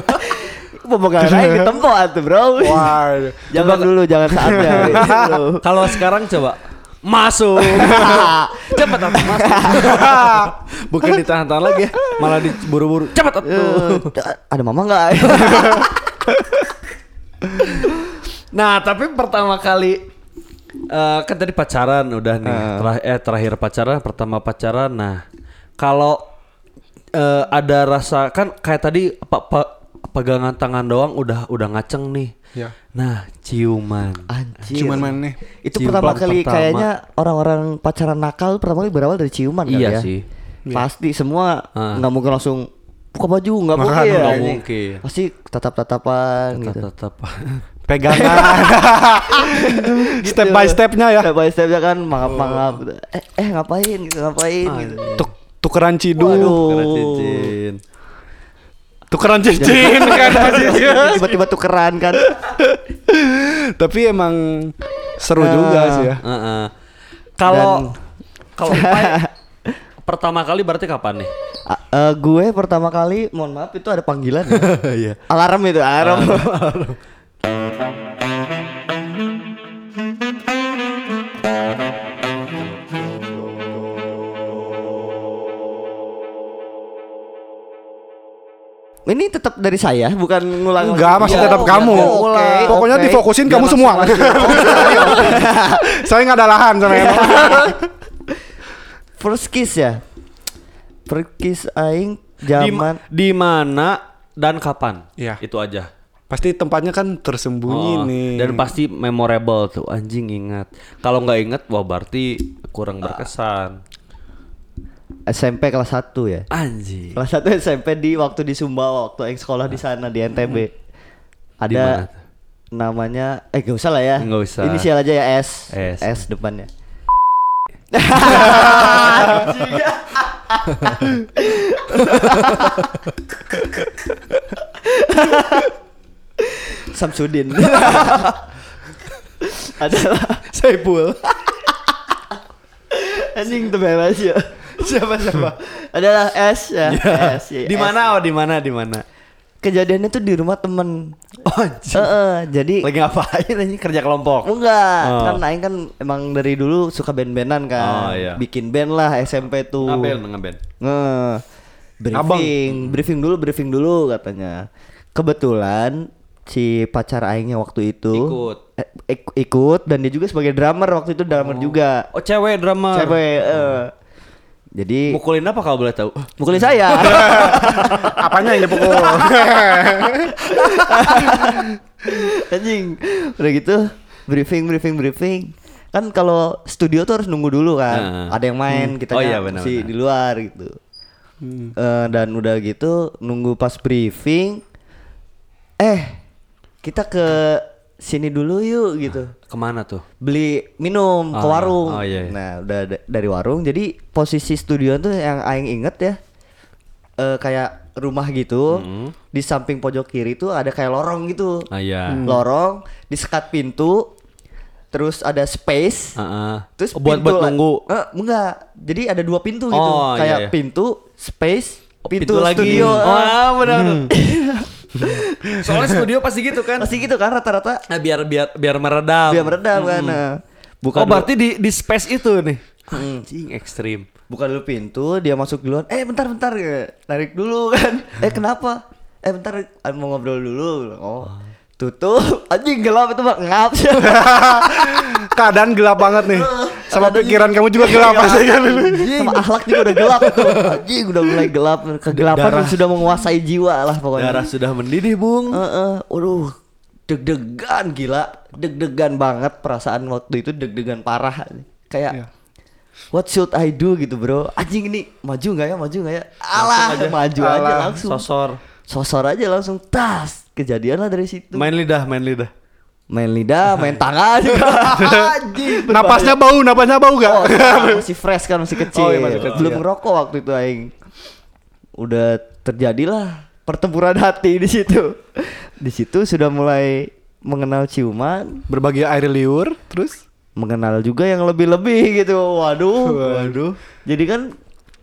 [LAUGHS]
Pemegangan aing di tempat tuh, Bro.
Wah.
Jangan dulu, jangan saatnya.
[LAUGHS]
Bro.
[LAUGHS] Kalau sekarang coba masuk. [LAUGHS] Cepat atuh masuk. [LAUGHS] Bukan ditahan-tahan lagi ya, malah diburu-buru.
Eh,
Cepat atuh.
ada mama
[LAUGHS]
enggak?
Nah, tapi pertama kali eh kan tadi pacaran udah nih. Tera- eh terakhir pacaran, pertama pacaran. Nah, kalau eh, ada rasa kan kayak tadi apa pe- pegangan tangan doang udah udah ngaceng nih.
Ya.
Nah, ciuman.
Anjir.
Cuman mana nih?
itu
Ciuman
pertama kali
pertama.
kayaknya orang-orang pacaran nakal pertama kali berawal dari ciuman kali
Iya
ya.
sih.
Pasti semua
Ah.
nggak mungkin langsung buka baju nggak
Nggak
mungkin.
nggak
anjing.
mungkin.
Pasti tatap-tatapan gitu.
Tetap [LAUGHS]
Pegangan.
Gitu.
step by stepnya ya.
Iya. Step by stepnya kan mangap-mangap. gitu. Eh, eh ngapain gitu, ngapain
Ah,
gitu.
iya.
Tuk- tukeran
Waduh.
cidung.
Karena cincin.
Tukeran cincin kan.
Tiba-tiba tukeran kan.
[LAUGHS] Tapi emang seru juga sih ya.
Heeh. Kalau kalau Pai, pertama kali berarti kapan nih?
A- eh, gue pertama kali, mohon maaf itu ada panggilan. ya.
Iya.
alarm itu, alarm. Ini tetap dari saya, bukan ngulang.
Enggak, masih
Iya,
tetap
oh,
kamu.
iya, oke, Ya,
Pokoknya difokusin kamu
Iya,
semua. [LAUGHS] Saya nggak ada lahan sama
Ya.
emang.
First kiss ya. First kiss aing zaman
di, di mana dan kapan?
Iya.
Itu aja.
Pasti tempatnya kan tersembunyi
Oh,
nih.
Dan pasti memorable tuh anjing ingat. Kalau nggak ingat wah berarti kurang berkesan.
SMP kelas 1 ya.
Anjing.
Kelas 1 SMP di waktu di Sumbawa, waktu aing sekolah di sana di NTB.
Hmm. mana
Ada
tuh?
namanya eh gak usah lah ya.
Nggak usah.
Inisial aja ya S.
S. [LAUGHS]
depannya.
[LAUGHS]
Samsudin. Adalah Saipul. Anjing tuh bebas
[LAUGHS]
ya. Siapa siapa? Adalah S ya.
[LAUGHS]
S. ya,
Di
S.
mana? Oh, di mana? Di mana?
Kejadiannya tuh di rumah temen.
Oh, anjing.
Heeh, jadi
Lagi ngapain anjing kerja kelompok?
enggak,
Oh.
kan Aing kan emang dari dulu suka band-bandan kan.
Oh, iya. Ah,
Bikin band lah SMP tuh.
Ngapain? Ngapain?
Nge- briefing, briefing dulu, briefing dulu katanya. Kebetulan si pacar aingnya waktu itu
Ikut.
eh, ik- ikut dan dia juga sebagai drummer waktu itu drummer juga.
Oh, cewek drama.
Cewek. eh. Jadi
Mukulin apa kalau boleh tahu? Eh,
mukulin
[LAUGHS]
saya.
Apanya yang dipukul?
[LAUGHS] Anjing. Udah gitu briefing briefing briefing. Kan kalau studio tuh harus nunggu dulu kan.
Nah.
Ada yang main kita
Oh
nyari
iya, benar,
si
benar. Hmm.
di luar gitu. Eh, dan udah gitu nunggu pas briefing eh kita ke sini dulu yuk gitu.
Kemana tuh?
Beli minum ke
Oh, iya.
warung.
Oh, iya, iya.
Nah, udah da- dari warung. Jadi posisi studio tuh yang aing inget ya. eh, kayak rumah gitu.
Hmm.
Di samping
Oh,
pojok kiri tuh ada kayak lorong gitu
Ah, iya.
lorong disekat pintu terus ada space
Heeh. Oh,
terus
Ah. buat
pintu
buat
la-
nunggu.
Eh, enggak jadi ada dua pintu gitu
Oh, iya,
kayak
iya. Oh,
pintu space pintu,
Pintu lagi.
studio
Oh, ah, benar. [LAUGHS]
soalnya studio pasti gitu kan pasti gitu kan rata-rata
Nah, biar biar biar meredam.
dia meredam kan nah. Hmm. buka
Hmm. oh,
dulu-
berarti di di space itu nih. Anjing ekstrim.
buka dulu pintu dia masuk duluan eh bentar bentar ya. tarik dulu kan eh kenapa eh bentar ah, mau ngobrol dulu oh tutup anjing gelap itu mah
[LAUGHS]
ngap sih
Keadaan gelap banget nih. Sama
Keadaan-
pikiran kamu juga gelap
Iya,
pasti kan.
sama akhlak juga udah gelap anjing udah mulai gelap kegelapan
Darah.
sudah menguasai jiwa lah pokoknya
Darah sudah mendidih, Bung.
Heeh, aduh deg-degan gila, deg-degan banget perasaan waktu itu deg-degan parah. Kayak
Iya.
what should I do gitu bro? Anjing ini maju nggak ya, maju nggak ya? Alah, maju aja
Alah,
langsung.
Sosor.
Sosor aja langsung tas. Kejadian lah dari situ.
Main lidah, main lidah.
Main lidah, main tangan juga. Anjing.
Napasnya bau, napasnya bau gak? [LAUGHS]
Oh,
iya.
sekarang masih fresh kan masih kecil.
Oh, iya, masih kecil.
Belum ngerokok waktu itu aing. Udah terjadilah pertempuran [LAUGHS] hati di situ. Di situ sudah mulai mengenal ciuman,
Berbagi air liur, terus
mengenal juga yang lebih-lebih gitu. Waduh.
Waduh.
Jadi kan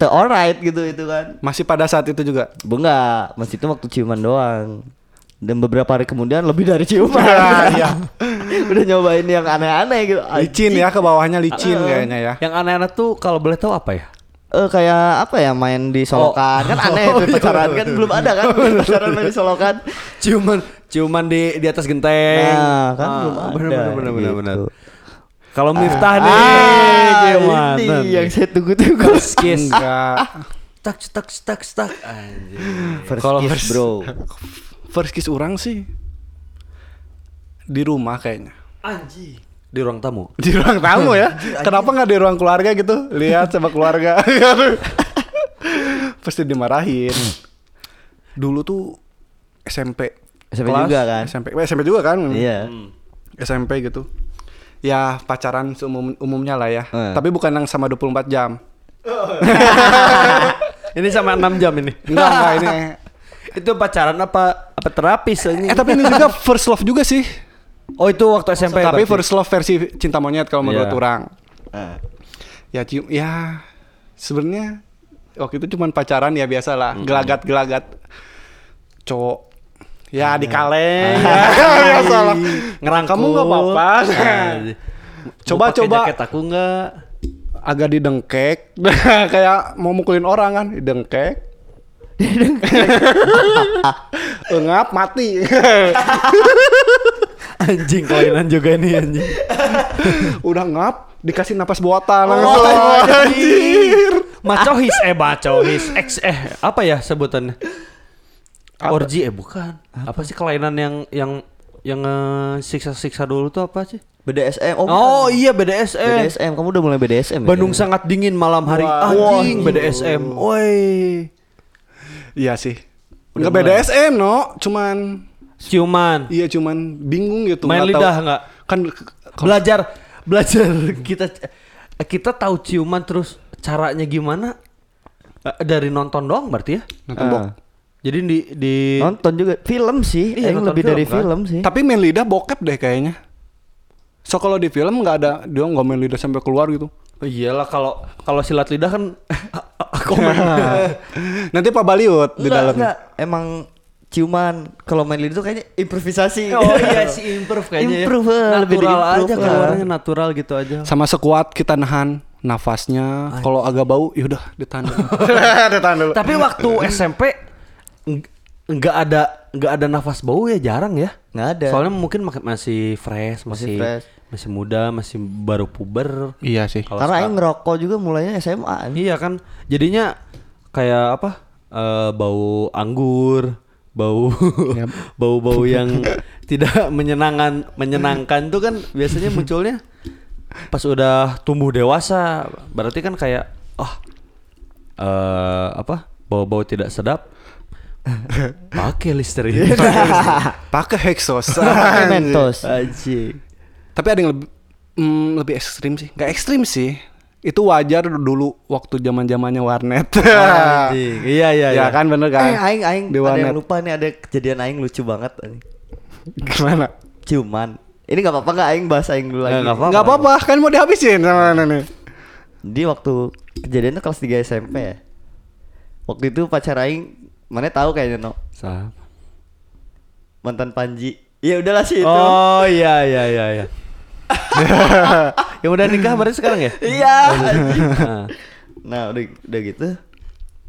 the alright gitu itu kan.
masih pada saat itu juga.
Enggak, masih itu waktu ciuman doang. Dan beberapa hari kemudian lebih dari ciuman.
Iya.
[LAUGHS] Udah nyobain yang aneh-aneh gitu.
Licin ya ke bawahnya licin
Heeh.
kayaknya ya.
Yang aneh-aneh tuh kalau boleh tahu apa ya?
Eh kayak apa ya main di
Oh.
solokan kan
[LAUGHS]
aneh
iya,
itu pacaran kan belum ada kan pacaran main di solokan.
Ciuman, ciuman di di atas genteng.
Nah, kan
Ah,
belum ada
Bener bener bener bener.
gitu.
bener. Kalau Miftah nih, Iya,
Ah,
Eh, gimana?
ini
nih?
yang saya tunggu-tunggu.
First kiss.
Enggak.
Tak tak tak tak. Anjing.
First
Kalau
kiss,
first-
bro.
First kiss orang sih di rumah kayaknya.
Anjing. Di ruang tamu.
Di ruang tamu
[LAUGHS]
ya. Kenapa nggak di ruang keluarga gitu? Lihat sama keluarga. [LAUGHS] Pasti dimarahin. Dulu tuh SMP.
SMP
Kelas
juga kan?
SMP. Eh, SMP juga kan?
Iya.
Hmm.
SMP gitu. Ya pacaran seumum umumnya lah ya.
Eh.
Tapi bukan yang sama 24 jam.
[LAUGHS] Ini sama 6 jam ini.
Enggak, enggak ini.
[LAUGHS]
Itu pacaran apa apa terapis ini?
Eh tapi ini juga first love juga sih.
Oh itu waktu SMP.
tapi
berarti.
first love versi cinta monyet kalau menurut
Iya.
orang.
Ah.
ya cium ya sebenarnya waktu itu cuman pacaran ya biasa lah gelagat gelagat cowok ya di kaleng
Iya.
[LAUGHS] ya, biasa lah
Ngerangkul.
kamu nggak apa-apa
Anjing.
Coba,
Mau Iya. pakai
coba.
Jaket aku nggak.
agak didengkek [LAUGHS] kayak mau mukulin orang kan didengkek [LAUGHS] Engap Eh, mati
Anjing kelainan juga ini anjing.
Udah ngap Dikasih napas buatan langsung
Oh,
Anjir
Macohis eh macohis ex eh apa ya sebutannya?
Apa?
Orgi eh bukan. Apa, sih kelainan yang yang yang eh, siksa-siksa dulu tuh apa sih?
BDSM. Oh,
Oh,
bukan.
iya BDSM.
BDSM. Kamu udah mulai BDSM. ya?
Bandung sangat dingin malam hari.
Wah.
Anjing BDSM. Woi.
Iya sih Nggak BDSM no Cuman
Ciuman.
Iya cuman bingung gitu
Main
nggak tahu-
lidah nggak?
Kan
belajar belajar [LAUGHS] kita kita tahu ciuman terus caranya gimana eh, dari nonton doang berarti ya
nonton
Ah.
bok.
jadi di di
Nonton juga film sih.
Iya,
yang
nonton
lebih
film,
dari
kan?
film sih.
Tapi main lidah bokep deh kayaknya. So kalau di film nggak ada dia nggak main lidah sampai keluar
[LAUGHS]
gitu.
Oh, iyalah kalau kalau silat lidah
[LAUGHS]
kan komen
Nanti Pak Baliut
Enggak,
di dalamnya.
enggak. Emang ciuman kalau main lidah tuh kayaknya improvisasi.
[LAUGHS] oh iya si improve kayaknya
Improve,
ya.
eh, lebih di
natural
improve,
aja
eh.
keluarnya natural gitu aja
Sama sekuat kita nahan nafasnya. Kalau agak bau yaudah ditahan
[LAUGHS]
dulu. ditahan dulu.
tapi waktu SMP ng- nggak ada nggak ada nafas bau ya jarang ya
Nggak ada.
soalnya mungkin mak- masih fresh
Masih
masih masih,
fresh.
muda masih baru puber
Iya sih.
Kalau
Karena
sekarang-
Aing ngerokok juga mulainya SMA. anjing.
Iya kan, jadinya kayak apa? eh, bau anggur, bau
Iya.
[LAUGHS]
[LAUGHS]
bau-bau yang tidak menyenangkan menyenangkan tuh kan biasanya munculnya pas udah tumbuh dewasa. Berarti kan kayak ah eh, apa? Bau-bau tidak sedap.
[LAUGHS]
Pakai Listerine.
Iya.
[LAUGHS]
Pakai Hexos.
Pakai Mentos.
Anjing.
Tapi ada yang lebih mm, lebih ekstrim sih. Nggak ekstrim sih. Itu wajar dulu waktu zaman zamannya warnet.
Anjing. Iya iya
[LAUGHS] ya,
iya.
kan bener kan?
Eh, aing aing
Di
ada
warnet.
yang lupa nih ada kejadian aing lucu banget. anjing.
Gimana?
Ciuman Ini nggak apa-apa nggak aing bahas aing dulu lagi.
Nggak apa-apa.
Gak apa-apa, kan mau dihabisin sama anak [LAUGHS] nih.
Jadi waktu kejadiannya kelas 3 SMP ya. Waktu itu pacar aing mana tahu kayaknya no
Sama.
mantan Panji. Ya udahlah sih itu.
Oh iya iya iya
[LAUGHS]
iya. yang udah nikah baru sekarang ya?
Iya.
[LAUGHS]
anjing.
Nah,
nah udah udah gitu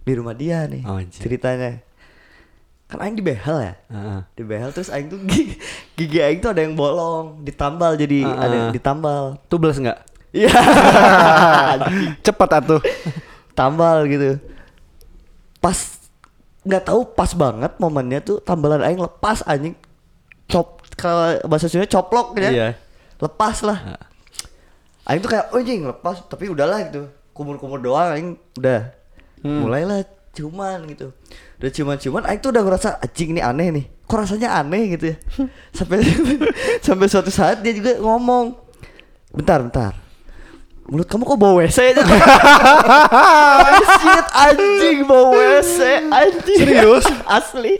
di rumah dia nih
Oh, anjing.
ceritanya. Kan aing di behel ya.
heeh.
Di behel terus aing tuh gigi, gigi aing tuh ada yang bolong, ditambal jadi ada
Ah, ah.
yang
[LAUGHS]
ditambal.
Tuh belas nggak?
Iya.
Cepat atuh.
[LAUGHS] tambal gitu. Pas nggak tahu pas banget momennya tuh tambalan aing lepas anjing. Cop kalau bahasa Sunda coplok ya.
Iya.
Lepas lah.
Ah.
Aing tuh kayak "Oh, anjing lepas tapi udahlah gitu. Kumur-kumur doang aing udah. Mulailah ciuman gitu. Udah ciuman-ciuman aing tuh udah ngerasa anjing ini aneh nih. Kok rasanya aneh gitu ya. sampai [LAUGHS] sampai suatu saat dia juga ngomong. Bentar, bentar. Mulut kamu kok bau WC
[LAUGHS]
aja? Oh, Shit, anjing bau WC, anjing.
Serius?
Asli.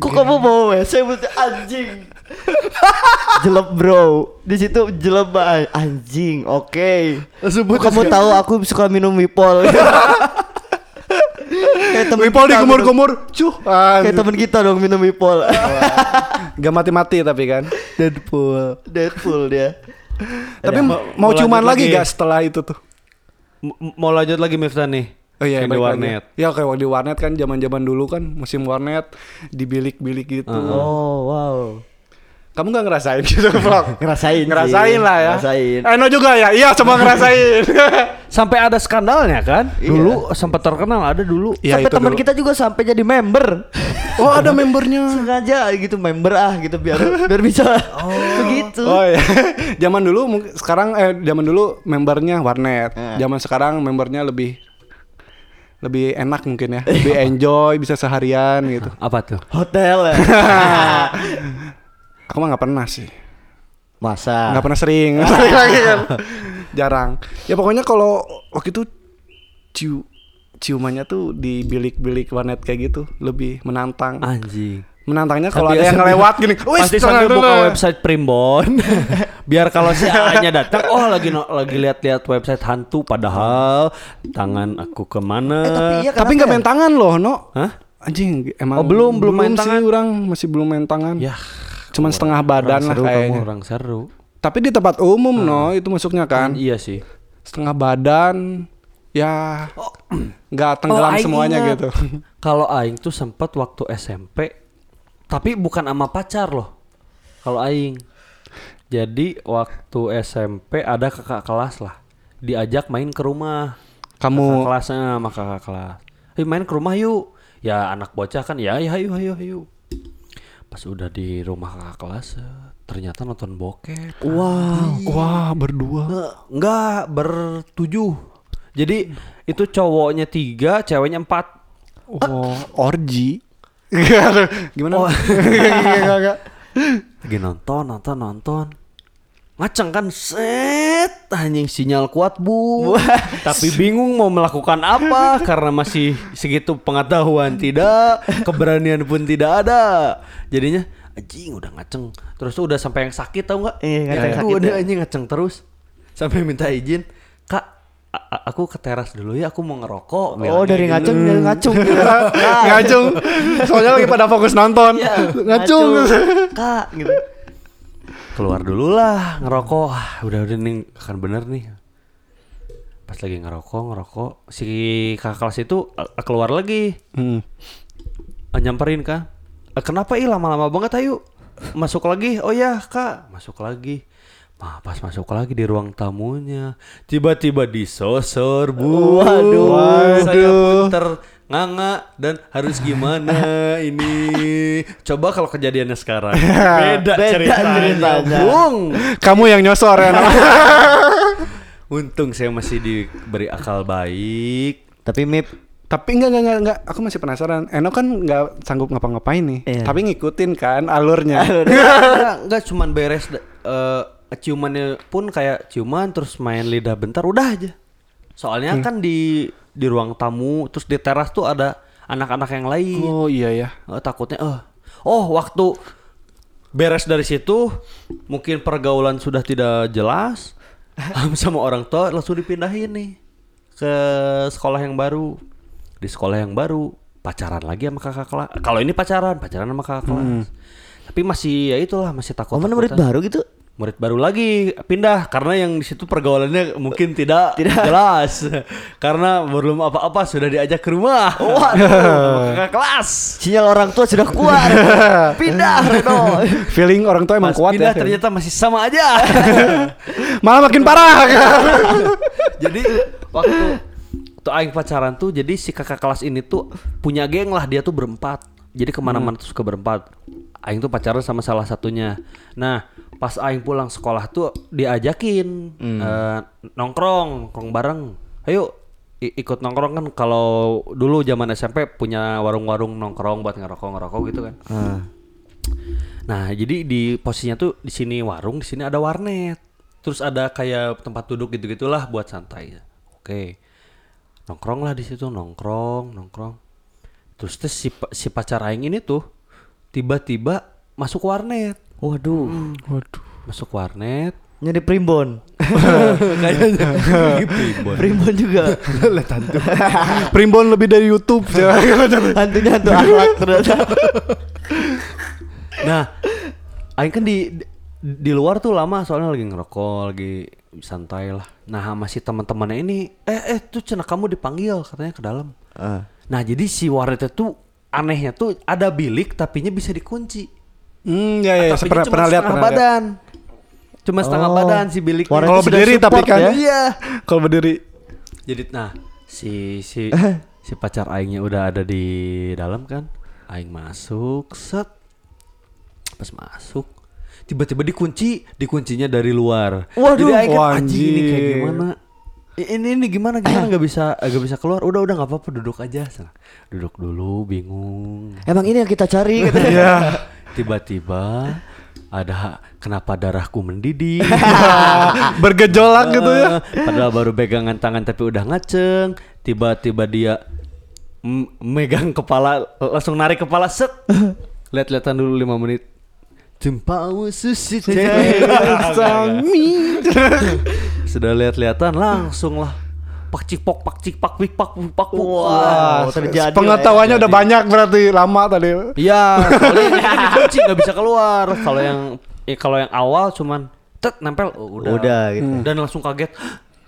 Kok kamu bau WC mulutnya anjing? jelek bro. Di situ jelek banget anjing. Oke.
Sebut
Kok kamu
aja.
tahu aku suka minum
[LAUGHS]
Wipol. kayak temen
Wipol
kita minum-
digemur-gemur, cuh.
Kayak temen kita dong minum Wipol. [LAUGHS]
Gak mati-mati tapi kan.
Deadpool. Deadpool dia.
Tapi
Ya,
mau, mau
mau- mau
cuman
lanjut
lagi
lagi.
gak setelah itu tuh?
M- mau lanjut lagi Miftah nih.
Oh iya,
Kayak di
balik lagi.
warnet.
Ya kayak di warnet kan zaman-zaman dulu kan musim warnet di bilik-bilik gitu.
Uh-huh.
Oh, wow.
Kamu nggak ngerasain [LAUGHS] gitu, Vlog?
Ngerasain sih.
ngerasain lah ya.
Ngerasain.
Eno juga ya. Iya, semua [LAUGHS] ngerasain.
Sampai ada skandalnya kan? Dulu sempat terkenal ada dulu.
Iya,
sampai
itu
teman
dulu.
kita juga sampai jadi member.
[LAUGHS] oh, ada membernya.
Sengaja gitu member ah gitu biar [LAUGHS] biar bisa.
gitu.
Begitu.
Oh iya. [LAUGHS] Zaman dulu mungkin- sekarang eh zaman dulu membernya warnet.
Iya.
Zaman sekarang membernya lebih lebih enak mungkin ya. Lebih
Iya.
enjoy, bisa seharian gitu.
Apa tuh?
[LAUGHS] Hotel ya.
Iya.
Aku mah nggak pernah sih.
Masa. [LAUGHS] Iya,
nggak pernah
[LAUGHS]
sering Sering lagi kan [LAUGHS] jarang ya pokoknya kalau waktu itu ciu ciumannya tuh di bilik-bilik warnet kayak gitu lebih menantang
Anjing.
menantangnya kalau ada
Tapi
yang
Ah. Kan sambil-
lewat
[LAUGHS]
gini wis
Pasti
jangan
sambil buka
dulu."
website Primbon. [LAUGHS] Biar kalau si A-nya datang, oh lagi no- lagi lihat-lihat website hantu padahal tangan aku kemana?
Eh, tapi iya
tapi nggak main tangan loh no
ya? Hah?
anjing emang
Oh, belum- belum main
sih
tangan.
orang masih belum main tangan
Yah,
cuman setengah
orang
badan lah
seru kamu
kayaknya
orang seru.
tapi di tempat umum no itu masuknya kan
Iya sih.
setengah badan ya nggak tenggelam
Oh, Aing
semuanya
ingat.
gitu [LAUGHS]
Kalau aing tuh sempat waktu SMP tapi bukan sama pacar loh. Kalau aing. Jadi waktu SMP ada kakak kelas lah. Diajak main ke rumah. Kakak
kamu
[LAUGHS] kelasnya sama kakak kelas. Ayo main ke rumah yuk. Ya anak bocah kan ya ayo ayo ayo ayo. Pas udah di rumah kakak kelas eh, ternyata nonton bokep. Iya.
Wow.
Wah berdua
Eh, Enggak, bertujuh. Jadi itu cowoknya tiga, ceweknya empat.
Oh, orgi. Gimana?
Oh.
[LAUGHS] Enggak, enggak, enggak.
Lagi nonton, nonton, nonton. Ngaceng kan set anjing sinyal kuat
[LAUGHS]
bu tapi bingung mau melakukan apa karena masih segitu pengetahuan tidak keberanian pun tidak ada jadinya anjing udah ngaceng terus tuh udah sampai yang sakit tau nggak
Iya, ngaceng
Yang
sakit
udah
ya.
anjing ngaceng terus sampai minta izin kak a- a- aku ke teras dulu ya aku mau ngerokok
Oh
bilangnya
dari
gitu.
ngacung dari ngacung.
Hmm. [LAUGHS] Ngacung. Soalnya lagi pada fokus nonton.
Iya,
Ngacung.
Kak gitu.
keluar dulu lah ngerokok Ah, udah udah nih akan bener nih pas lagi ngerokok ngerokok si kakak kelas itu eh, keluar lagi
[LAUGHS] Hmm.
Eh, nyamperin kan "Eh, kenapa ih lama-lama banget ayo masuk lagi oh ya kak masuk lagi Nah, pas masuk lagi di ruang tamunya tiba-tiba disosor bu
Waduh.
saya pun ternganga dan harus [LAUGHS] gimana ini coba kalau kejadiannya [LAUGHS] sekarang beda,
Beda
ceritanya,
ceritanya.
Bung.
Kamu yang nyosor ya. Nak?
Untung saya masih diberi akal baik.
Tapi Mip
Tapi enggak, enggak, enggak, enggak. Aku masih penasaran. Eno kan enggak sanggup ngapa-ngapain nih.
Iya.
Tapi ngikutin kan alurnya.
Enggak, enggak cuman beres eh, ciumannya pun kayak ciuman terus main lidah bentar udah aja. Soalnya kan di di ruang tamu terus di teras tuh ada anak-anak yang lain.
oh iya ya.
Eh, takutnya eh oh waktu beres dari situ mungkin pergaulan sudah tidak jelas [LAUGHS] sama orang tua langsung dipindahin nih ke sekolah yang baru di sekolah yang baru pacaran lagi sama kakak kelas kalau ini pacaran pacaran sama kakak kelas tapi masih ya itulah masih takut
Hmm. Oh, mana murid baru gitu?
murid baru lagi pindah karena yang di situ pergaulannya mungkin
[LAUGHS]
tidak, jelas [LAUGHS] karena belum apa-apa sudah diajak ke rumah [LAUGHS] Waduh, kakak kelas
Sinyal orang tua sudah [LAUGHS] keluar. Pindah [LAUGHS] Reno.
Feeling orang tua emang
Mas
kuat ya.
pindah ternyata masih sama
[LAUGHS]
aja
Malah makin
[LAUGHS]
parah.
jadi waktu tuh aing pacaran tuh jadi si kakak kelas ini tuh punya geng lah dia tuh berempat jadi kemana-mana
Hmm.
tuh suka berempat aing tuh pacaran sama salah satunya nah pas aing pulang sekolah tuh diajakin
Hmm.
eh, nongkrong nongkrong bareng ayo i- ikut nongkrong kan kalau dulu zaman SMP punya warung-warung nongkrong buat ngerokok-ngerokok gitu kan
Ah.
Nah, jadi di posisinya tuh di sini warung, di sini ada warnet. Terus ada kayak tempat duduk gitu-gitulah buat santai. Oke. Nongkrong lah di situ, nongkrong, nongkrong. Terus tuh si, pa- si pacar aing ini tuh tiba-tiba masuk warnet.
Waduh,
Waduh.
Masuk warnet.
nyari primbon. [LAUGHS]
Kayaknya Ih, primbon.
Primbon [LAUGHS] juga.
Primbon lebih dari YouTube.
Hantunya hantu akhlak ternyata.
Nah, Aing kan di di- di luar tuh lama soalnya lagi ngerokok, lagi santai lah. Nah, masih teman-temannya ini, eh eh tuh cina kamu dipanggil katanya ke dalam.
Ah.
Nah, jadi si warnet itu anehnya tuh ada bilik tapinya bisa dikunci.
Hmm, ya ya,
Tapinya
saya pernah
cuma
pernah lihat
setengah
pernah lihat.
badan. Cuma setengah
Oh.
badan si bilik.
Warnet
Kalau
Itu sudah
berdiri tapi
support
kan.
ya.
Iya. Kalau berdiri.
Jadi nah si si si pacar aingnya udah ada di dalam kan. Aing masuk, set. Pas masuk tiba-tiba dikunci, dikuncinya dari luar.
Waduh,
Jadi aing kan anjing
wanjir.
ini kayak gimana? I- Ini ini gimana gimana nggak bisa nggak bisa keluar. Udah udah nggak apa-apa duduk aja. Sana. Duduk dulu bingung.
Emang ini yang kita cari katanya.
Iya. [LAUGHS]
Tiba-tiba ada kenapa darahku mendidih.
Bergejolak gitu
Ah.
ya.
Eh, Padahal baru pegangan tangan tapi udah ngaceng. Tiba-tiba dia m- megang kepala, langsung narik kepala
[LAUGHS]
set. Lihat-lihatan dulu 5 menit. Jempau susi
Iya,
[LAUGHS] Sami.
Sudah lihat-lihatan langsung lah. Pak cikpok, pak cikpak, pik pak, puk, pak, puk.
Wah, terjadi. ya.
Pengetahuannya
ya.
udah banyak berarti lama tadi.
Iya, [LAUGHS] soalnya yang ini dikunci nggak bisa keluar. Kalau yang eh, kalau yang awal cuman tet nempel oh, udah.
Udah, gitu.
Dan langsung kaget.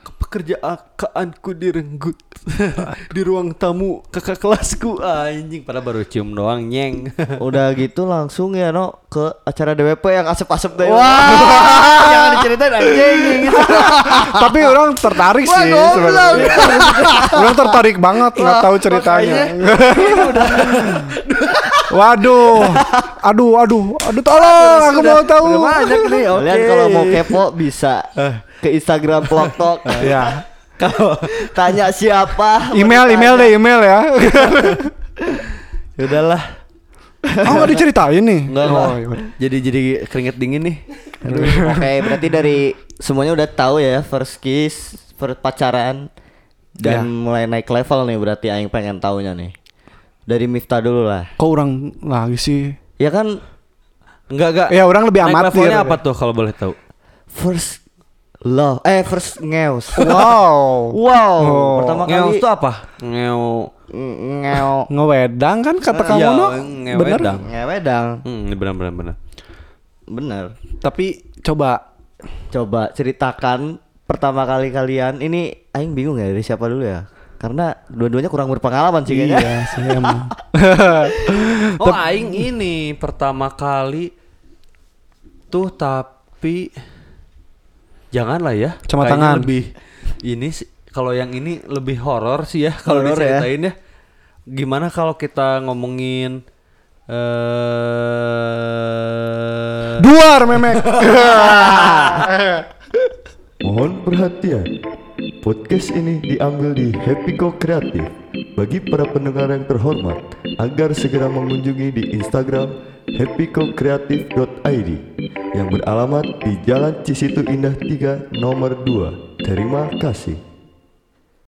Kepekerjaanku direnggut [LAUGHS] di ruang tamu kakak kelasku anjing pada baru cium doang nyeng.
Udah gitu langsung ya no ke acara DWP yang asep-asep tadi.
[LAUGHS]
[LAUGHS]
Jangan diceritain [LAUGHS] anjing gitu.
Tapi orang tertarik sih sebenarnya. Orang tertarik banget nggak tahu ceritanya. [LAUGHS] Waduh. Aduh, aduh, aduh tolong aku mau tahu. Eh.
Udah banyak nih. Oke.
Kalian kalau mau kepo bisa ke Instagram
[LAUGHS]
Plotok.
Ya.
Kalau tanya siapa?
Email, email deh, email ya.
Udahlah.
Oh nggak diceritain nih.
Enggak
Oh,
lah.
iya.
Jadi jadi keringet dingin nih.
Oke, berarti dari semuanya udah tahu ya first kiss, first pacaran dan
Ya.
mulai naik level nih berarti aing pengen taunya nih. Dari Miftah dulu lah.
Kok orang lagi sih?
Ya kan
Enggak enggak.
Ya, orang lebih
Naik
amatir.
levelnya apa tuh kalau boleh tahu?
first love eh first ngeus.
[LAUGHS] Wow.
Wow,
Oh.
pertama kali
Ngeos itu apa? Ngeo
Ng- ngeo
Ngewedang kan kata
Iya,
kamu no? Bener.
ngewedang.
ngewedang.
Hmm, benar benar benar.
Bener.
Tapi coba
Coba ceritakan pertama kali kalian ini aing bingung ya dari siapa dulu ya? Karena dua-duanya kurang berpengalaman sih kayaknya.
Iya sih emang.
Oh, aing ini pertama kali tuh tapi janganlah ya.
Sama
Kayaknya
tangan.
Lebih ini sih- kalau yang ini lebih horor sih ya kalau
Horor ya.
diceritain ya. Gimana kalau kita ngomongin eh
Duar memek.
Mohon perhatian, podcast ini diambil di Happy Go Kreatif. Bagi para pendengar yang terhormat, agar segera mengunjungi di Instagram happycokreatif.id yang beralamat di Jalan Cisitu Indah 3 nomor 2. Terima kasih.